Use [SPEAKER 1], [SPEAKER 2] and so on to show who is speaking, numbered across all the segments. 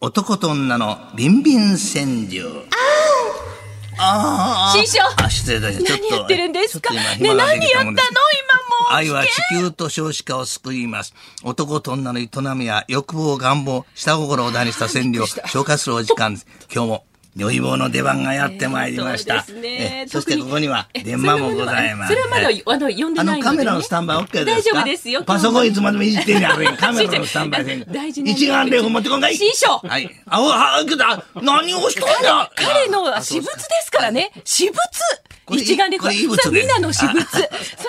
[SPEAKER 1] 男と女のビンビン川柳。あーあー
[SPEAKER 2] 師匠
[SPEAKER 1] あ失礼だし、ちょっと。
[SPEAKER 2] 何やってるんですか
[SPEAKER 1] ちょっと
[SPEAKER 2] ね
[SPEAKER 1] 今
[SPEAKER 2] 何やったの今も
[SPEAKER 1] 暇ができもんです
[SPEAKER 2] う
[SPEAKER 1] 愛は地球と少子化を救います。男と女の営みや欲望、願望、下心を題にした占領を消化するお時間です。今日も余望の出番がやってまいりました。
[SPEAKER 2] えーそうですね
[SPEAKER 1] えそして
[SPEAKER 2] 特に
[SPEAKER 1] ここには電話もございます。
[SPEAKER 2] それはまだ
[SPEAKER 1] えー
[SPEAKER 2] あの呼んで
[SPEAKER 1] あ
[SPEAKER 2] ないので、ね、
[SPEAKER 1] のカメラのスタンバイ OK ですか
[SPEAKER 2] 大丈夫ですよ
[SPEAKER 1] パソコンいつまでもいじってんやろ カメラのスタンバイで
[SPEAKER 2] 師匠あの大事な
[SPEAKER 1] 一眼レフ持ってこんかい
[SPEAKER 2] 師匠
[SPEAKER 1] はい。あ、おあ、けど、あ何をしとんだ
[SPEAKER 2] 彼の私物ですからね。私物
[SPEAKER 1] これ
[SPEAKER 2] 一眼レフ
[SPEAKER 1] これ異物です
[SPEAKER 2] そうみんなの私物。そう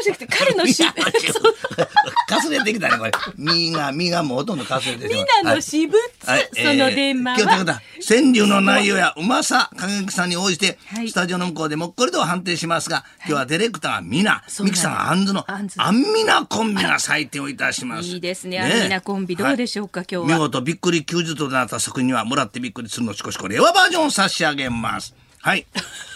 [SPEAKER 2] じゃなくて彼の私
[SPEAKER 1] いや
[SPEAKER 2] 物。そう
[SPEAKER 1] かすれてきたね、これ。身が、身がもうほとんどかすれてき
[SPEAKER 2] み
[SPEAKER 1] た。
[SPEAKER 2] んなの私物。その電話
[SPEAKER 1] えー今日ということ
[SPEAKER 2] は
[SPEAKER 1] は。川柳の内容やうまさ、感激さに応じて、
[SPEAKER 2] はい
[SPEAKER 1] スタジオの向こうでもっこりと判定しますが、今日はディレクターはミナ、
[SPEAKER 2] そう
[SPEAKER 1] ミ
[SPEAKER 2] なん
[SPEAKER 1] キさんはアンズの、
[SPEAKER 2] アンズ
[SPEAKER 1] アンミナコンビが採点をいたします。
[SPEAKER 2] いいですね。アンミナコンビどうでしょうか、今日
[SPEAKER 1] 見
[SPEAKER 2] は。
[SPEAKER 1] 事びっくり90度となった作品にはもらってびっくりするのしこしこ令和バージョンを差し上げます はい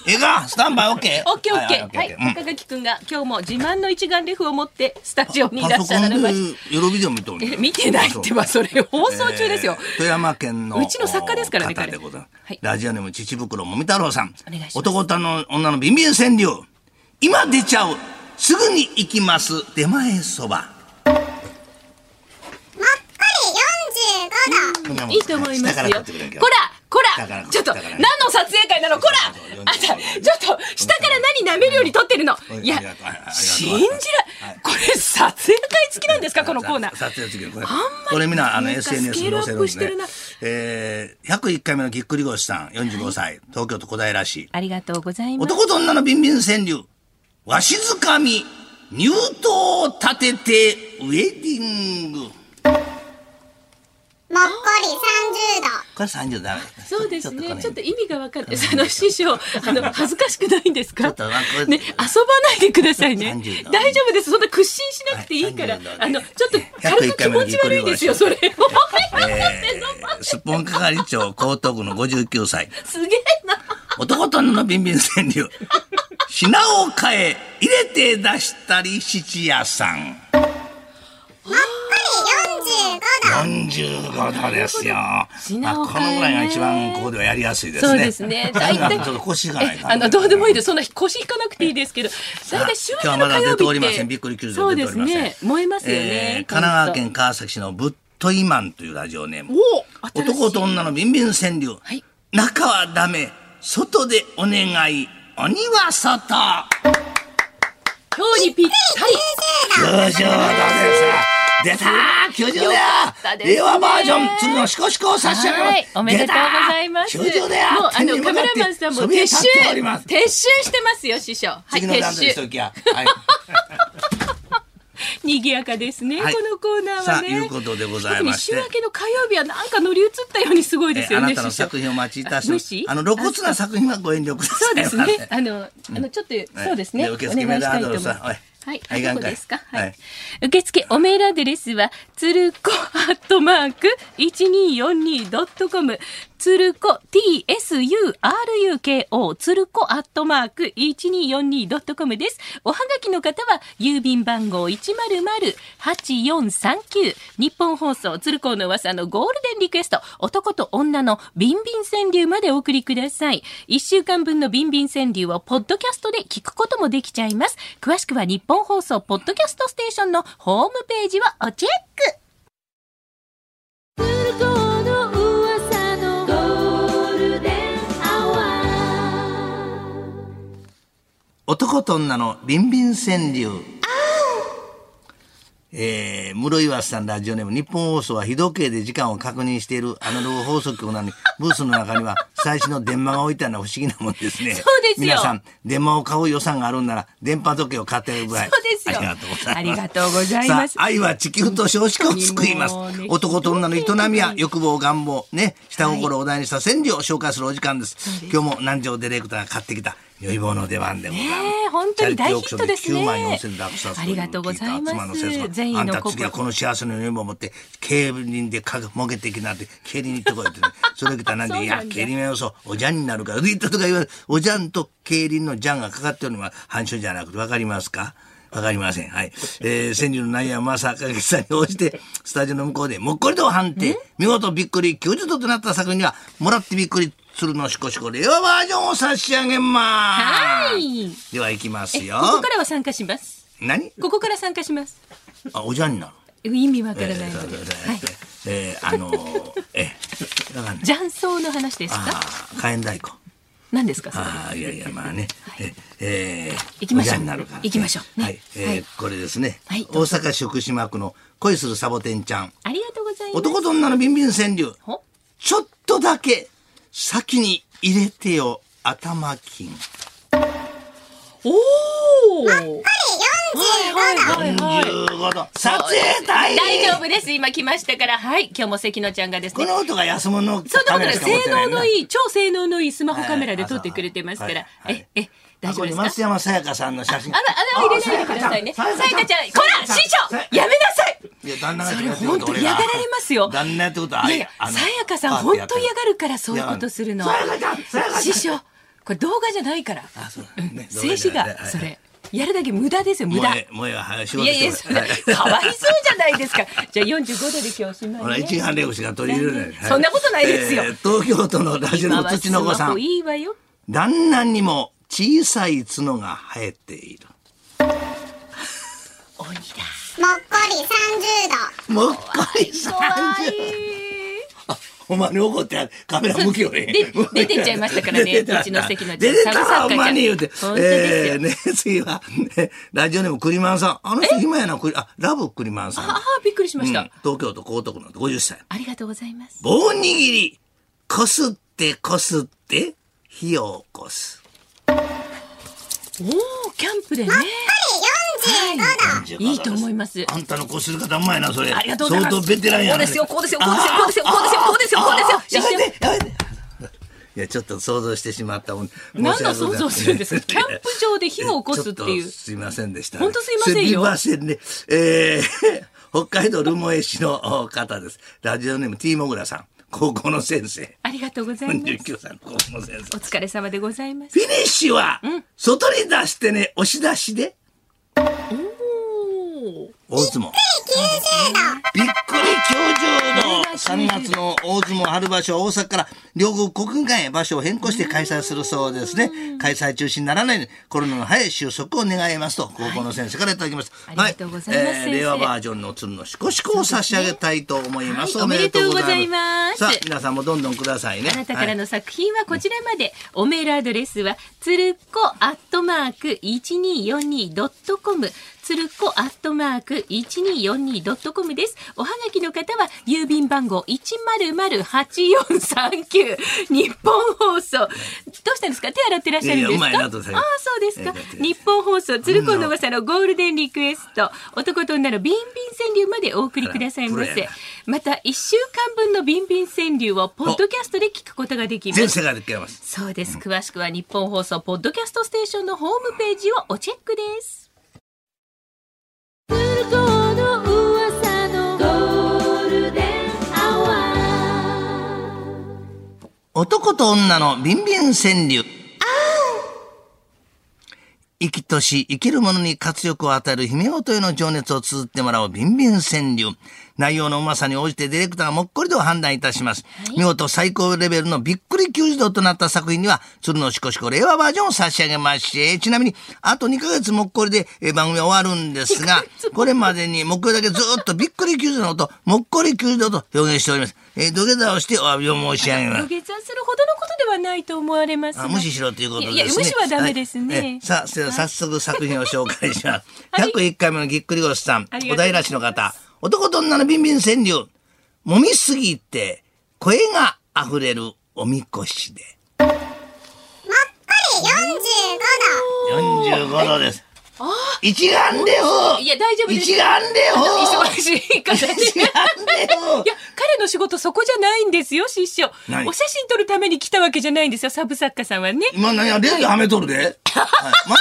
[SPEAKER 1] 映画スタンバイ OK
[SPEAKER 2] オッケーオッケー。
[SPEAKER 1] は
[SPEAKER 2] はいい
[SPEAKER 1] OK OK うん。
[SPEAKER 2] 高垣くんが今日も自慢の一眼レフを持ってスタジオにいら
[SPEAKER 1] パ
[SPEAKER 2] っ
[SPEAKER 1] ソ
[SPEAKER 2] しゃ
[SPEAKER 1] コ
[SPEAKER 2] ら
[SPEAKER 1] ンで
[SPEAKER 2] れまし
[SPEAKER 1] エロビデオ見とる
[SPEAKER 2] た。え見てないってば、それ放送中ですよ。
[SPEAKER 1] えー富山県の
[SPEAKER 2] うちの作家ですからね
[SPEAKER 1] 方
[SPEAKER 2] 彼
[SPEAKER 1] でございます、
[SPEAKER 2] はい
[SPEAKER 1] ラジオネーム秩袋もみ太郎さん
[SPEAKER 2] お願いします
[SPEAKER 1] 男との女のビンビン川柳今出ちゃうすぐに行きます出前そば
[SPEAKER 3] もっこり45度。
[SPEAKER 2] いいと思います
[SPEAKER 1] 下から
[SPEAKER 2] よ。
[SPEAKER 1] 撮ってくれんけど
[SPEAKER 2] こらこ
[SPEAKER 1] だから
[SPEAKER 2] らちょっと
[SPEAKER 1] だ
[SPEAKER 2] 何
[SPEAKER 1] から
[SPEAKER 2] の撮影会なのこら
[SPEAKER 1] そうそう
[SPEAKER 2] あんたちょっと下から何舐めるように撮ってるの
[SPEAKER 1] うん
[SPEAKER 2] いや
[SPEAKER 1] ありがとうありがとう
[SPEAKER 2] 信じらこれ撮影会付きなんですかこのコーナー
[SPEAKER 1] 撮影付きのこれ
[SPEAKER 2] あんまり
[SPEAKER 1] これみんなあの
[SPEAKER 2] なんか
[SPEAKER 1] SNS
[SPEAKER 2] ス
[SPEAKER 1] に
[SPEAKER 2] ケール
[SPEAKER 1] 載
[SPEAKER 2] アッ
[SPEAKER 1] せるん
[SPEAKER 2] プ
[SPEAKER 1] で
[SPEAKER 2] し
[SPEAKER 1] す
[SPEAKER 2] て
[SPEAKER 1] ね
[SPEAKER 2] るな
[SPEAKER 1] えー、101回目のぎっくり腰さん45歳、東京都小平市
[SPEAKER 2] ありがとうございます
[SPEAKER 1] 男と女のビンビン川柳わしづかみ入刀を立ててウェディング
[SPEAKER 3] もっこり30度。
[SPEAKER 1] これ30ダメ
[SPEAKER 2] そうですねちょっと
[SPEAKER 1] こ
[SPEAKER 2] 意味がわかるその師匠あの恥ずかしくないんです
[SPEAKER 1] ちょ
[SPEAKER 2] か
[SPEAKER 1] っとなんかこれ
[SPEAKER 2] ね遊ばないでくださいね
[SPEAKER 1] 30度
[SPEAKER 2] 大丈夫ですそんな屈伸しなくていいから
[SPEAKER 1] はい30度
[SPEAKER 2] あのちょっと
[SPEAKER 1] 101
[SPEAKER 2] 軽く
[SPEAKER 1] 回
[SPEAKER 2] 気
[SPEAKER 1] 目の
[SPEAKER 2] 持
[SPEAKER 1] ぎっ
[SPEAKER 2] ち
[SPEAKER 1] くり
[SPEAKER 2] 悪
[SPEAKER 1] 腰
[SPEAKER 2] いですよそれもう
[SPEAKER 1] のねえー、すっぽん係長江東区の59歳
[SPEAKER 2] すげえな
[SPEAKER 1] 男と女のビンビン川柳品を変え入れて出したり質屋さん
[SPEAKER 3] もっこり45度。
[SPEAKER 1] 45度ですよ。まあ、
[SPEAKER 2] 品を
[SPEAKER 1] こ
[SPEAKER 2] 変えね
[SPEAKER 1] のぐらいが一番ここではやりやすいですね。
[SPEAKER 2] そうです ね大体
[SPEAKER 1] ちょっと腰がない
[SPEAKER 2] えあのどうでもいいです。そんな腰引かなくていいですけど、
[SPEAKER 1] さ
[SPEAKER 2] 大
[SPEAKER 1] あ
[SPEAKER 2] 体週
[SPEAKER 1] 今日
[SPEAKER 2] 末
[SPEAKER 1] は
[SPEAKER 2] の
[SPEAKER 1] まだ
[SPEAKER 2] 火曜日っ
[SPEAKER 1] 出
[SPEAKER 2] て
[SPEAKER 1] おりません。びっくり90
[SPEAKER 2] そ
[SPEAKER 1] 度
[SPEAKER 2] う
[SPEAKER 1] 出
[SPEAKER 2] で
[SPEAKER 1] てお
[SPEAKER 2] す
[SPEAKER 1] りません。
[SPEAKER 2] ね。燃えますよ
[SPEAKER 1] えー
[SPEAKER 2] ね。
[SPEAKER 1] 神奈川県川崎市のぶっといマンというラジオネーム。
[SPEAKER 2] お新しい
[SPEAKER 1] 男と女のビンビン川柳。
[SPEAKER 2] はい
[SPEAKER 1] 中はダメ、外でお願い、鬼は外。
[SPEAKER 2] 今日にぴったり。
[SPEAKER 1] 90度です。出たー !90 度
[SPEAKER 2] よ
[SPEAKER 1] や
[SPEAKER 2] かったですね
[SPEAKER 1] 令和バージョン、次のシコシコを差し上げます。
[SPEAKER 2] はい、おめでとうございます。
[SPEAKER 1] 出
[SPEAKER 2] も
[SPEAKER 1] たー
[SPEAKER 2] う
[SPEAKER 1] 90度や
[SPEAKER 2] あのカメラマンさんも撤収
[SPEAKER 1] 手に向かってそびえ立っております
[SPEAKER 2] 撤収してますよ師匠。はい、
[SPEAKER 1] 次の段取りし
[SPEAKER 2] 撤
[SPEAKER 1] と
[SPEAKER 2] 収。
[SPEAKER 1] きや。はい。
[SPEAKER 2] 賑やかですね。こ
[SPEAKER 1] はい
[SPEAKER 2] のコーナー
[SPEAKER 1] さ
[SPEAKER 2] は
[SPEAKER 1] あ
[SPEAKER 2] ね。
[SPEAKER 1] いうことでございまして
[SPEAKER 2] 特に週明けの火曜日はなんか乗り移ったようにすごいです
[SPEAKER 1] えーあ
[SPEAKER 2] よね。
[SPEAKER 1] なたの
[SPEAKER 2] 師匠
[SPEAKER 1] 作品をお待ちいたし
[SPEAKER 2] あ
[SPEAKER 1] ま
[SPEAKER 2] 無
[SPEAKER 1] す
[SPEAKER 2] 視。
[SPEAKER 1] あの露骨な作品はご遠慮くださ い。
[SPEAKER 2] そうですね。あの、あの、ちょっと、そうですね。
[SPEAKER 1] で
[SPEAKER 2] お
[SPEAKER 1] 受
[SPEAKER 2] 願い
[SPEAKER 1] 付メー
[SPEAKER 2] し
[SPEAKER 1] ルア
[SPEAKER 2] たい
[SPEAKER 1] ド
[SPEAKER 2] と思い
[SPEAKER 1] レスは
[SPEAKER 2] ます。はい、
[SPEAKER 1] はい
[SPEAKER 2] あどこですか。
[SPEAKER 1] はい
[SPEAKER 2] はい。受付おメールアドレスは、つるこアットマーク一二四二ドットコム。つるこ T. S. U. R. U. K. O. つるこアットマーク一二四二ドットコムです。おはがきの方は郵便番号一0 0 8 4 3 9日本放送鶴光の噂のゴールデンリクエスト男と女のビンビン川柳までお送りください1週間分のビンビン川柳をポッドキャストで聞くこともできちゃいます詳しくは日本放送ポッドキャストステーションのホームページをおチェック鶴光の噂のゴールデンアワー
[SPEAKER 1] 男と女のビンビン川柳。えー、室岩さんラジオネーム日本放送は日時計で時間を確認しているアナログ放送局な のにブースの中には最新の電話が置いてあるのは不思議なもんですね。
[SPEAKER 2] そうですよ
[SPEAKER 1] 皆さん、電話を買う予算があるんなら電波時計を買ってあげるぐらい。
[SPEAKER 2] そうですよ
[SPEAKER 1] ありがとうございます。
[SPEAKER 2] ありがとうございます
[SPEAKER 1] さあ愛は地球と少子化を救います
[SPEAKER 2] 本当にもう。ね
[SPEAKER 1] 男と女の営み
[SPEAKER 2] ひ
[SPEAKER 1] や
[SPEAKER 2] どいね
[SPEAKER 1] 欲望、願望、ね、下心を題にした川柳を紹介するお時間です。今日も南條ディレクターが買ってきた、如意棒の出番でございます。
[SPEAKER 2] ねえ本当に大ヒットですね
[SPEAKER 1] チャリティーオークションで9万4000落札と
[SPEAKER 2] ありがとうございます
[SPEAKER 1] 妻のせい
[SPEAKER 2] 善意
[SPEAKER 1] あん
[SPEAKER 2] の
[SPEAKER 1] た
[SPEAKER 2] 心
[SPEAKER 1] 次はこの幸せの如意棒を持って、競輪でかもげてきなって、競輪に行ってこいって ね、それ来たらなんで、
[SPEAKER 2] そう
[SPEAKER 1] い
[SPEAKER 2] なん
[SPEAKER 1] や
[SPEAKER 2] だ、
[SPEAKER 1] 競輪はよそ、おじゃんになる から、で、言ったとか言われる、おじゃんと競輪のじゃんがかかっておるのは、反射じゃなくてわかりますかわかりません。はい。えー、川柳の内容はまさかけさんに応じて、スタジオの向こうでもっこりと判定。見事びっくり90度となった作品には、もらってびっくりするのしこしこ令和バージョンを差し上げます。
[SPEAKER 2] はい。
[SPEAKER 1] では行きます
[SPEAKER 2] え
[SPEAKER 1] よ
[SPEAKER 2] こ。こからは参加します。
[SPEAKER 1] 何
[SPEAKER 2] ここから参加します。
[SPEAKER 1] あ、おじゃんになる。
[SPEAKER 2] 意味わか
[SPEAKER 1] え
[SPEAKER 2] らない
[SPEAKER 1] ー
[SPEAKER 2] の
[SPEAKER 1] そう
[SPEAKER 2] で。
[SPEAKER 1] そうそう
[SPEAKER 2] はい。
[SPEAKER 1] えー、あのー、えー、わかんない。
[SPEAKER 2] 雀荘の話です
[SPEAKER 1] あ
[SPEAKER 2] か。
[SPEAKER 1] あ、火炎太鼓。
[SPEAKER 2] 何ですか。それ
[SPEAKER 1] ああ、いやいや、まあね。ええー
[SPEAKER 2] 行きましょう
[SPEAKER 1] おじゃんになるから
[SPEAKER 2] 行きましょうね
[SPEAKER 1] はい。えー
[SPEAKER 2] はい
[SPEAKER 1] これですね。
[SPEAKER 2] はい
[SPEAKER 1] 大阪市福島区の恋するサボテンちゃん。
[SPEAKER 2] ありがとうございます。
[SPEAKER 1] 男と女のビンビン川柳。
[SPEAKER 2] ほ
[SPEAKER 1] ちょっとだけ先に入れてよ、頭金。
[SPEAKER 2] おお。はいはいはいはい。
[SPEAKER 1] 45度。撮影隊
[SPEAKER 2] 大丈夫です。今来ましたから、はい、今日も関野ちゃんがです
[SPEAKER 1] こ
[SPEAKER 2] ね。
[SPEAKER 1] の音が安物の
[SPEAKER 2] そうだ
[SPEAKER 1] カ
[SPEAKER 2] か
[SPEAKER 1] メラ
[SPEAKER 2] ら
[SPEAKER 1] しか
[SPEAKER 2] 性
[SPEAKER 1] 持ってない
[SPEAKER 2] 能
[SPEAKER 1] な
[SPEAKER 2] のいい超性能のいいスマホカメラで
[SPEAKER 1] はい
[SPEAKER 2] 撮ってくれてますから、
[SPEAKER 1] はいはい
[SPEAKER 2] ええ大丈夫で
[SPEAKER 1] あこれ
[SPEAKER 2] すか。
[SPEAKER 1] 松山さやかさんの写真。
[SPEAKER 2] あらあら入れないでくださいね。
[SPEAKER 1] あ
[SPEAKER 2] さやかちゃん、こら師
[SPEAKER 1] さや
[SPEAKER 2] 匠やめなさい。
[SPEAKER 1] いや旦那が
[SPEAKER 2] それ
[SPEAKER 1] やってる
[SPEAKER 2] 本
[SPEAKER 1] こと
[SPEAKER 2] 当
[SPEAKER 1] 俺
[SPEAKER 2] 嫌がられますよ。
[SPEAKER 1] 旦那やってことあ
[SPEAKER 2] いや
[SPEAKER 1] れ
[SPEAKER 2] いや
[SPEAKER 1] あの
[SPEAKER 2] さやかさん
[SPEAKER 1] パーって
[SPEAKER 2] 本
[SPEAKER 1] やって
[SPEAKER 2] 当
[SPEAKER 1] る
[SPEAKER 2] 嫌がるからそういうことするの
[SPEAKER 1] いやさやかちゃんさやかちゃん
[SPEAKER 2] 師匠これ動画じゃないから
[SPEAKER 1] あそうだね
[SPEAKER 2] 静止
[SPEAKER 1] 動画じゃない
[SPEAKER 2] 画それやるだけ無駄ですよ無駄
[SPEAKER 1] 萌え萌えははい仕
[SPEAKER 2] い
[SPEAKER 1] 事
[SPEAKER 2] やいや
[SPEAKER 1] し
[SPEAKER 2] そ
[SPEAKER 1] て
[SPEAKER 2] れかわいそうじゃないですかじゃあ45度で今日おし
[SPEAKER 1] ほ
[SPEAKER 2] ま
[SPEAKER 1] ら
[SPEAKER 2] いね
[SPEAKER 1] 一眼レフしか取り入れない。はい
[SPEAKER 2] そんなことないですよ
[SPEAKER 1] えー東京都のラジオ
[SPEAKER 2] 今
[SPEAKER 1] の
[SPEAKER 2] は
[SPEAKER 1] 土の子
[SPEAKER 2] スマ
[SPEAKER 1] さ
[SPEAKER 2] ホ
[SPEAKER 1] ん。
[SPEAKER 2] いいわよ
[SPEAKER 1] 旦那にも小さい角が生えている。
[SPEAKER 2] 鬼だ
[SPEAKER 3] もっこり30度
[SPEAKER 1] もっこり三
[SPEAKER 2] 怖い
[SPEAKER 1] 十。 お前に怒ってカメラ向きよね
[SPEAKER 2] で。出てっちゃいましたからね
[SPEAKER 1] 出てた
[SPEAKER 2] うちの席の
[SPEAKER 1] 出てた
[SPEAKER 2] サブサッカーちゃん
[SPEAKER 1] ほんまに言うて。
[SPEAKER 2] 本当ですよ
[SPEAKER 1] えーね、 次は、ねラジオネームクリマンさん。あの人暇やな、クリあ、ラブクリマンさん。
[SPEAKER 2] ああびっくりしました、
[SPEAKER 1] うん東京都江東区の50歳。
[SPEAKER 2] ありがとうございます
[SPEAKER 1] 棒握り、こすってこすって、火を起こす。
[SPEAKER 2] おおキャンプでねいいと思います
[SPEAKER 1] あんたのこすり方うまいな、それ。
[SPEAKER 2] ありがとうございます
[SPEAKER 1] 相当ベテランや
[SPEAKER 2] こ
[SPEAKER 1] な
[SPEAKER 2] うですよこうですよこうですよこうですよこうですよこうですよこうですよ
[SPEAKER 1] あーあーやめて、やめて。いや、ちょっと想像してしまったもん。
[SPEAKER 2] 何の想像するんですか
[SPEAKER 1] 申し
[SPEAKER 2] キ
[SPEAKER 1] 訳ご
[SPEAKER 2] ャン
[SPEAKER 1] ざいません
[SPEAKER 2] プ場で火を起こすっていう
[SPEAKER 1] ちょとすいませんでした。
[SPEAKER 2] 本当すいませんよ
[SPEAKER 1] すいませんね。えー 北海道留萌市のお方です。ラジオネーム T もぐらさん。高校の先生。
[SPEAKER 2] ありがとうございます
[SPEAKER 1] 49歳の高校の先生
[SPEAKER 2] お。疲れ様でございます
[SPEAKER 1] フィニッシュは、外に出してね、押し出しで。
[SPEAKER 2] おお
[SPEAKER 1] 大相撲。びっくり90度 !3 月の大相撲春場所は大阪から両国国技館へ場所を変更して開催するそうですね。開催中止にならないようにコロナの早い収束を願いますと、高校の先生からいただきました。
[SPEAKER 2] はいありがとうございます先
[SPEAKER 1] えー
[SPEAKER 2] 生
[SPEAKER 1] 令和バージョンの鶴のしこしこを差し上げたいと思います。
[SPEAKER 2] はいおめでとうございます
[SPEAKER 1] さあ、皆さんもどんどんくださいね。
[SPEAKER 2] あなたから
[SPEAKER 1] はい
[SPEAKER 2] の作品はこちらまで、おメールアドレスはつるこアットマーク 1242.com つるこアットマーク 1242.com ですおはがきの方は郵便番号1008439日本放送どうしたんですか手洗ってらっしゃるんですか
[SPEAKER 1] いやいやうまいなと
[SPEAKER 2] ああそうですか
[SPEAKER 1] いやいや
[SPEAKER 2] 日本放送鶴子の噂のゴールデンリクエスト男と女のビンビン川柳までお送りくださいま
[SPEAKER 1] あらプロ
[SPEAKER 2] せ
[SPEAKER 1] やな
[SPEAKER 2] また1週間分のビンビン川柳をポッドキャストで聞くことができま
[SPEAKER 1] 全
[SPEAKER 2] す
[SPEAKER 1] 世界で聞けます。
[SPEAKER 2] そうです詳しくは日本放送ポッドキャストステーションのホームページをおチェックです鶴子の噂のゴールデンアワー
[SPEAKER 1] 男と女のビンビン川柳。生きとし、生きる者に活力を与える姫ごとへの情熱を綴ってもらうビンビン川柳。内容のうまさに応じてディレクターがもっこりと判断いたします。見事最高レベルのびっくり90度となった作品には、鶴のしこしこ令和バージョンを差し上げまして、ちなみに、あと2ヶ月もっこりでえー番組は終わるんですが、これまでにもっこりだけずっとびっくり90度の音、もっこり90度と表現しております。えー土下座をしてお詫びを申し上げます
[SPEAKER 2] 土。下座するほどのことではないと思われます
[SPEAKER 1] あ
[SPEAKER 2] が
[SPEAKER 1] 無視しろということですね。
[SPEAKER 2] いやいや無視はダメですね、
[SPEAKER 1] はいえさあ、それでは早速作品を紹介します。
[SPEAKER 2] はい
[SPEAKER 1] 101回目のぎっくり腰さん
[SPEAKER 2] あり、がとうご
[SPEAKER 1] 小
[SPEAKER 2] ざい
[SPEAKER 1] 平
[SPEAKER 2] ます
[SPEAKER 1] 市の方、男と女のビンビン川柳、揉みすぎて声が溢れるおみこしで。
[SPEAKER 3] もっこり45度
[SPEAKER 1] 45度です。一眼レフ
[SPEAKER 2] いや大丈夫です
[SPEAKER 1] 一眼レフ
[SPEAKER 2] 忙しい方で
[SPEAKER 1] 一眼
[SPEAKER 2] いや、
[SPEAKER 1] レフ
[SPEAKER 2] 彼の仕事そこじゃないんですよ、師匠。
[SPEAKER 1] 何
[SPEAKER 2] お写真撮るために来たわけじゃないんですよ、サブ作家さんはね。
[SPEAKER 1] 今何や、レンズはめと るで。は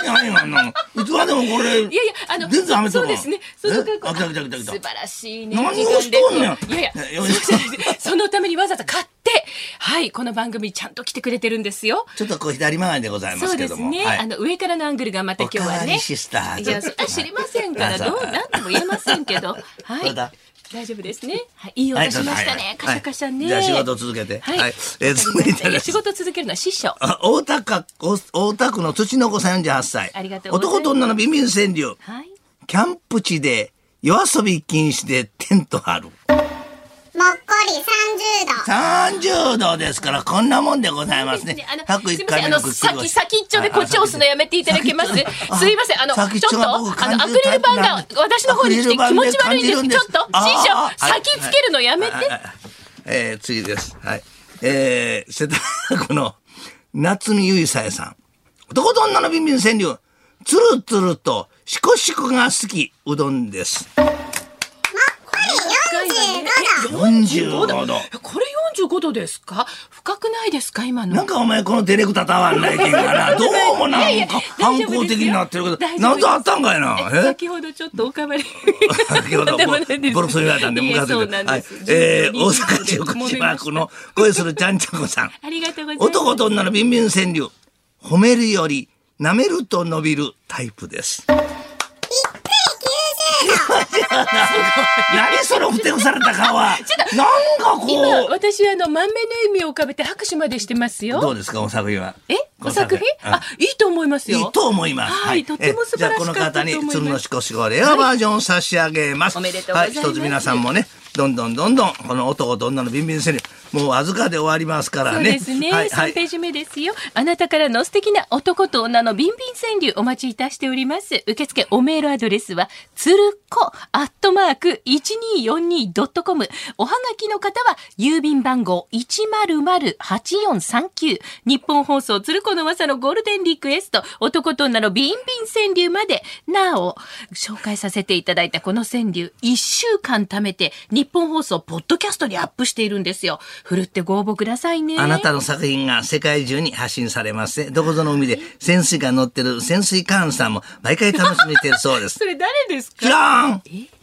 [SPEAKER 1] い、何やねん、あんなの。いつまでもこれ、
[SPEAKER 2] いやいや、あの、
[SPEAKER 1] レンズはめと
[SPEAKER 2] そ
[SPEAKER 1] る
[SPEAKER 2] う
[SPEAKER 1] わ
[SPEAKER 2] ですね。その格好
[SPEAKER 1] えあ、来た来た来た来た
[SPEAKER 2] 素晴らしいね。
[SPEAKER 1] 何をしとんねん
[SPEAKER 2] 時間でいやいや、
[SPEAKER 1] いやいや
[SPEAKER 2] そうじゃないそのためにわざわざ買っって、はい、この番組ちゃんと来てくれてるんですよ。
[SPEAKER 1] ちょっとこう左回りでございま
[SPEAKER 2] そ
[SPEAKER 1] す
[SPEAKER 2] う
[SPEAKER 1] け
[SPEAKER 2] で
[SPEAKER 1] ど
[SPEAKER 2] す
[SPEAKER 1] も。
[SPEAKER 2] ね、
[SPEAKER 1] は
[SPEAKER 2] あ
[SPEAKER 1] い。
[SPEAKER 2] の上からのアングルがまた今日
[SPEAKER 1] おか
[SPEAKER 2] は
[SPEAKER 1] わ
[SPEAKER 2] ね
[SPEAKER 1] りシスター
[SPEAKER 2] いやそれは知りませんからどう
[SPEAKER 1] はい
[SPEAKER 2] なんとも言えませんけどは
[SPEAKER 1] どう
[SPEAKER 2] い
[SPEAKER 1] だ
[SPEAKER 2] 大丈夫ですね、はい、いい音しましたね、
[SPEAKER 1] はい
[SPEAKER 2] カシャカシャね、
[SPEAKER 1] はいじゃあ仕事続けて
[SPEAKER 2] はい、
[SPEAKER 1] はいえー続いてです
[SPEAKER 2] や仕事続けるのは師匠
[SPEAKER 1] あ大田区、大田区の土の子38歳。
[SPEAKER 2] ありがとうございます
[SPEAKER 1] 男と女のビンビン川柳。
[SPEAKER 2] はい
[SPEAKER 1] キャンプ地で夜遊び禁止でテント張る。
[SPEAKER 3] もっこり30度。
[SPEAKER 1] 30度ですからこんなもんでございます
[SPEAKER 2] す
[SPEAKER 1] ね。
[SPEAKER 2] いませんあの
[SPEAKER 1] 101
[SPEAKER 2] すみませんあの先
[SPEAKER 1] 回目のくっつり腰
[SPEAKER 2] 先っちょでこっち押すのやめていただけますすいませんあのちょ
[SPEAKER 1] 先っ
[SPEAKER 2] っ
[SPEAKER 1] ちょ
[SPEAKER 2] と
[SPEAKER 1] が
[SPEAKER 2] あの
[SPEAKER 1] 僕
[SPEAKER 2] ア
[SPEAKER 1] 感
[SPEAKER 2] ク
[SPEAKER 1] じ
[SPEAKER 2] リル
[SPEAKER 1] るタイプ
[SPEAKER 2] 板が
[SPEAKER 1] なんで
[SPEAKER 2] 私の方に来て気持ち悪いんですちょっと師匠先つけるのやめて、
[SPEAKER 1] えー次です。はい。えー、世田谷区の夏見ゆいさえさん。男と女のビンビン川柳。つるつるとしこしこが好きうどんです。
[SPEAKER 3] 45度。
[SPEAKER 1] 45度。
[SPEAKER 2] これ45度ですか深くないですか今の
[SPEAKER 1] なんかお前このディレクターたわんないけんかな。どうもない
[SPEAKER 2] や
[SPEAKER 1] ん
[SPEAKER 2] い
[SPEAKER 1] か
[SPEAKER 2] や
[SPEAKER 1] 反抗的になってるけど。
[SPEAKER 2] 大丈夫ですよ
[SPEAKER 1] なんとあったんかいな。え
[SPEAKER 2] 先ほどちょっとおかわり
[SPEAKER 1] 先ほどボボロクソ言われたんでムカついて
[SPEAKER 2] そうなん
[SPEAKER 1] は
[SPEAKER 2] で
[SPEAKER 1] い
[SPEAKER 2] す、
[SPEAKER 1] えー
[SPEAKER 2] 12
[SPEAKER 1] 大阪市福島区の恋するちゃんちゃこさん
[SPEAKER 2] ありがとうございます
[SPEAKER 1] 男と女のビンビン川柳褒めるより舐めると伸びるタイプです何そのふてくされた顔はなんか
[SPEAKER 2] 今
[SPEAKER 1] こう
[SPEAKER 2] 私あの満面の笑みを浮かべて拍手までしてます
[SPEAKER 1] ど
[SPEAKER 2] よ
[SPEAKER 1] うですかお作品は
[SPEAKER 2] えお作品
[SPEAKER 1] うん
[SPEAKER 2] あいいと思います
[SPEAKER 1] い
[SPEAKER 2] よ
[SPEAKER 1] いと思います。
[SPEAKER 2] はいとても素晴らしかった
[SPEAKER 1] じゃあこの方
[SPEAKER 2] と
[SPEAKER 1] に
[SPEAKER 2] 思います
[SPEAKER 1] 鶴のしこしこレアバージョンを差し上げます。
[SPEAKER 2] おめでとうございます
[SPEAKER 1] はい、一つ皆さんもね、どんどんどんどんこの男と女のビンビンセリフもうわずかで終わりますから
[SPEAKER 2] そう
[SPEAKER 1] ね。
[SPEAKER 2] ですね、
[SPEAKER 1] はいは
[SPEAKER 2] 3ペ
[SPEAKER 1] い。
[SPEAKER 2] ージ目ですよあなたからの素敵な男と女のビンビン川柳お待ちいたしております受付おメールアドレスはつるこアットマーク 1242.com おはがきの方は郵便番号100-8439日本放送つるこの噂のゴールデンリクエスト男と女のビンビン川柳までなお紹介させていただいたこの川柳1週間貯めて日本放送ポッドキャストにアップしているんですよふるってご応募くださいね
[SPEAKER 1] あなたの作品が世界中に発信されますね。どこぞの海で潜水艦乗ってる潜水艦さんも毎回楽しみにしてるそうです。
[SPEAKER 2] それ誰です
[SPEAKER 1] 知
[SPEAKER 2] から
[SPEAKER 1] ん
[SPEAKER 2] え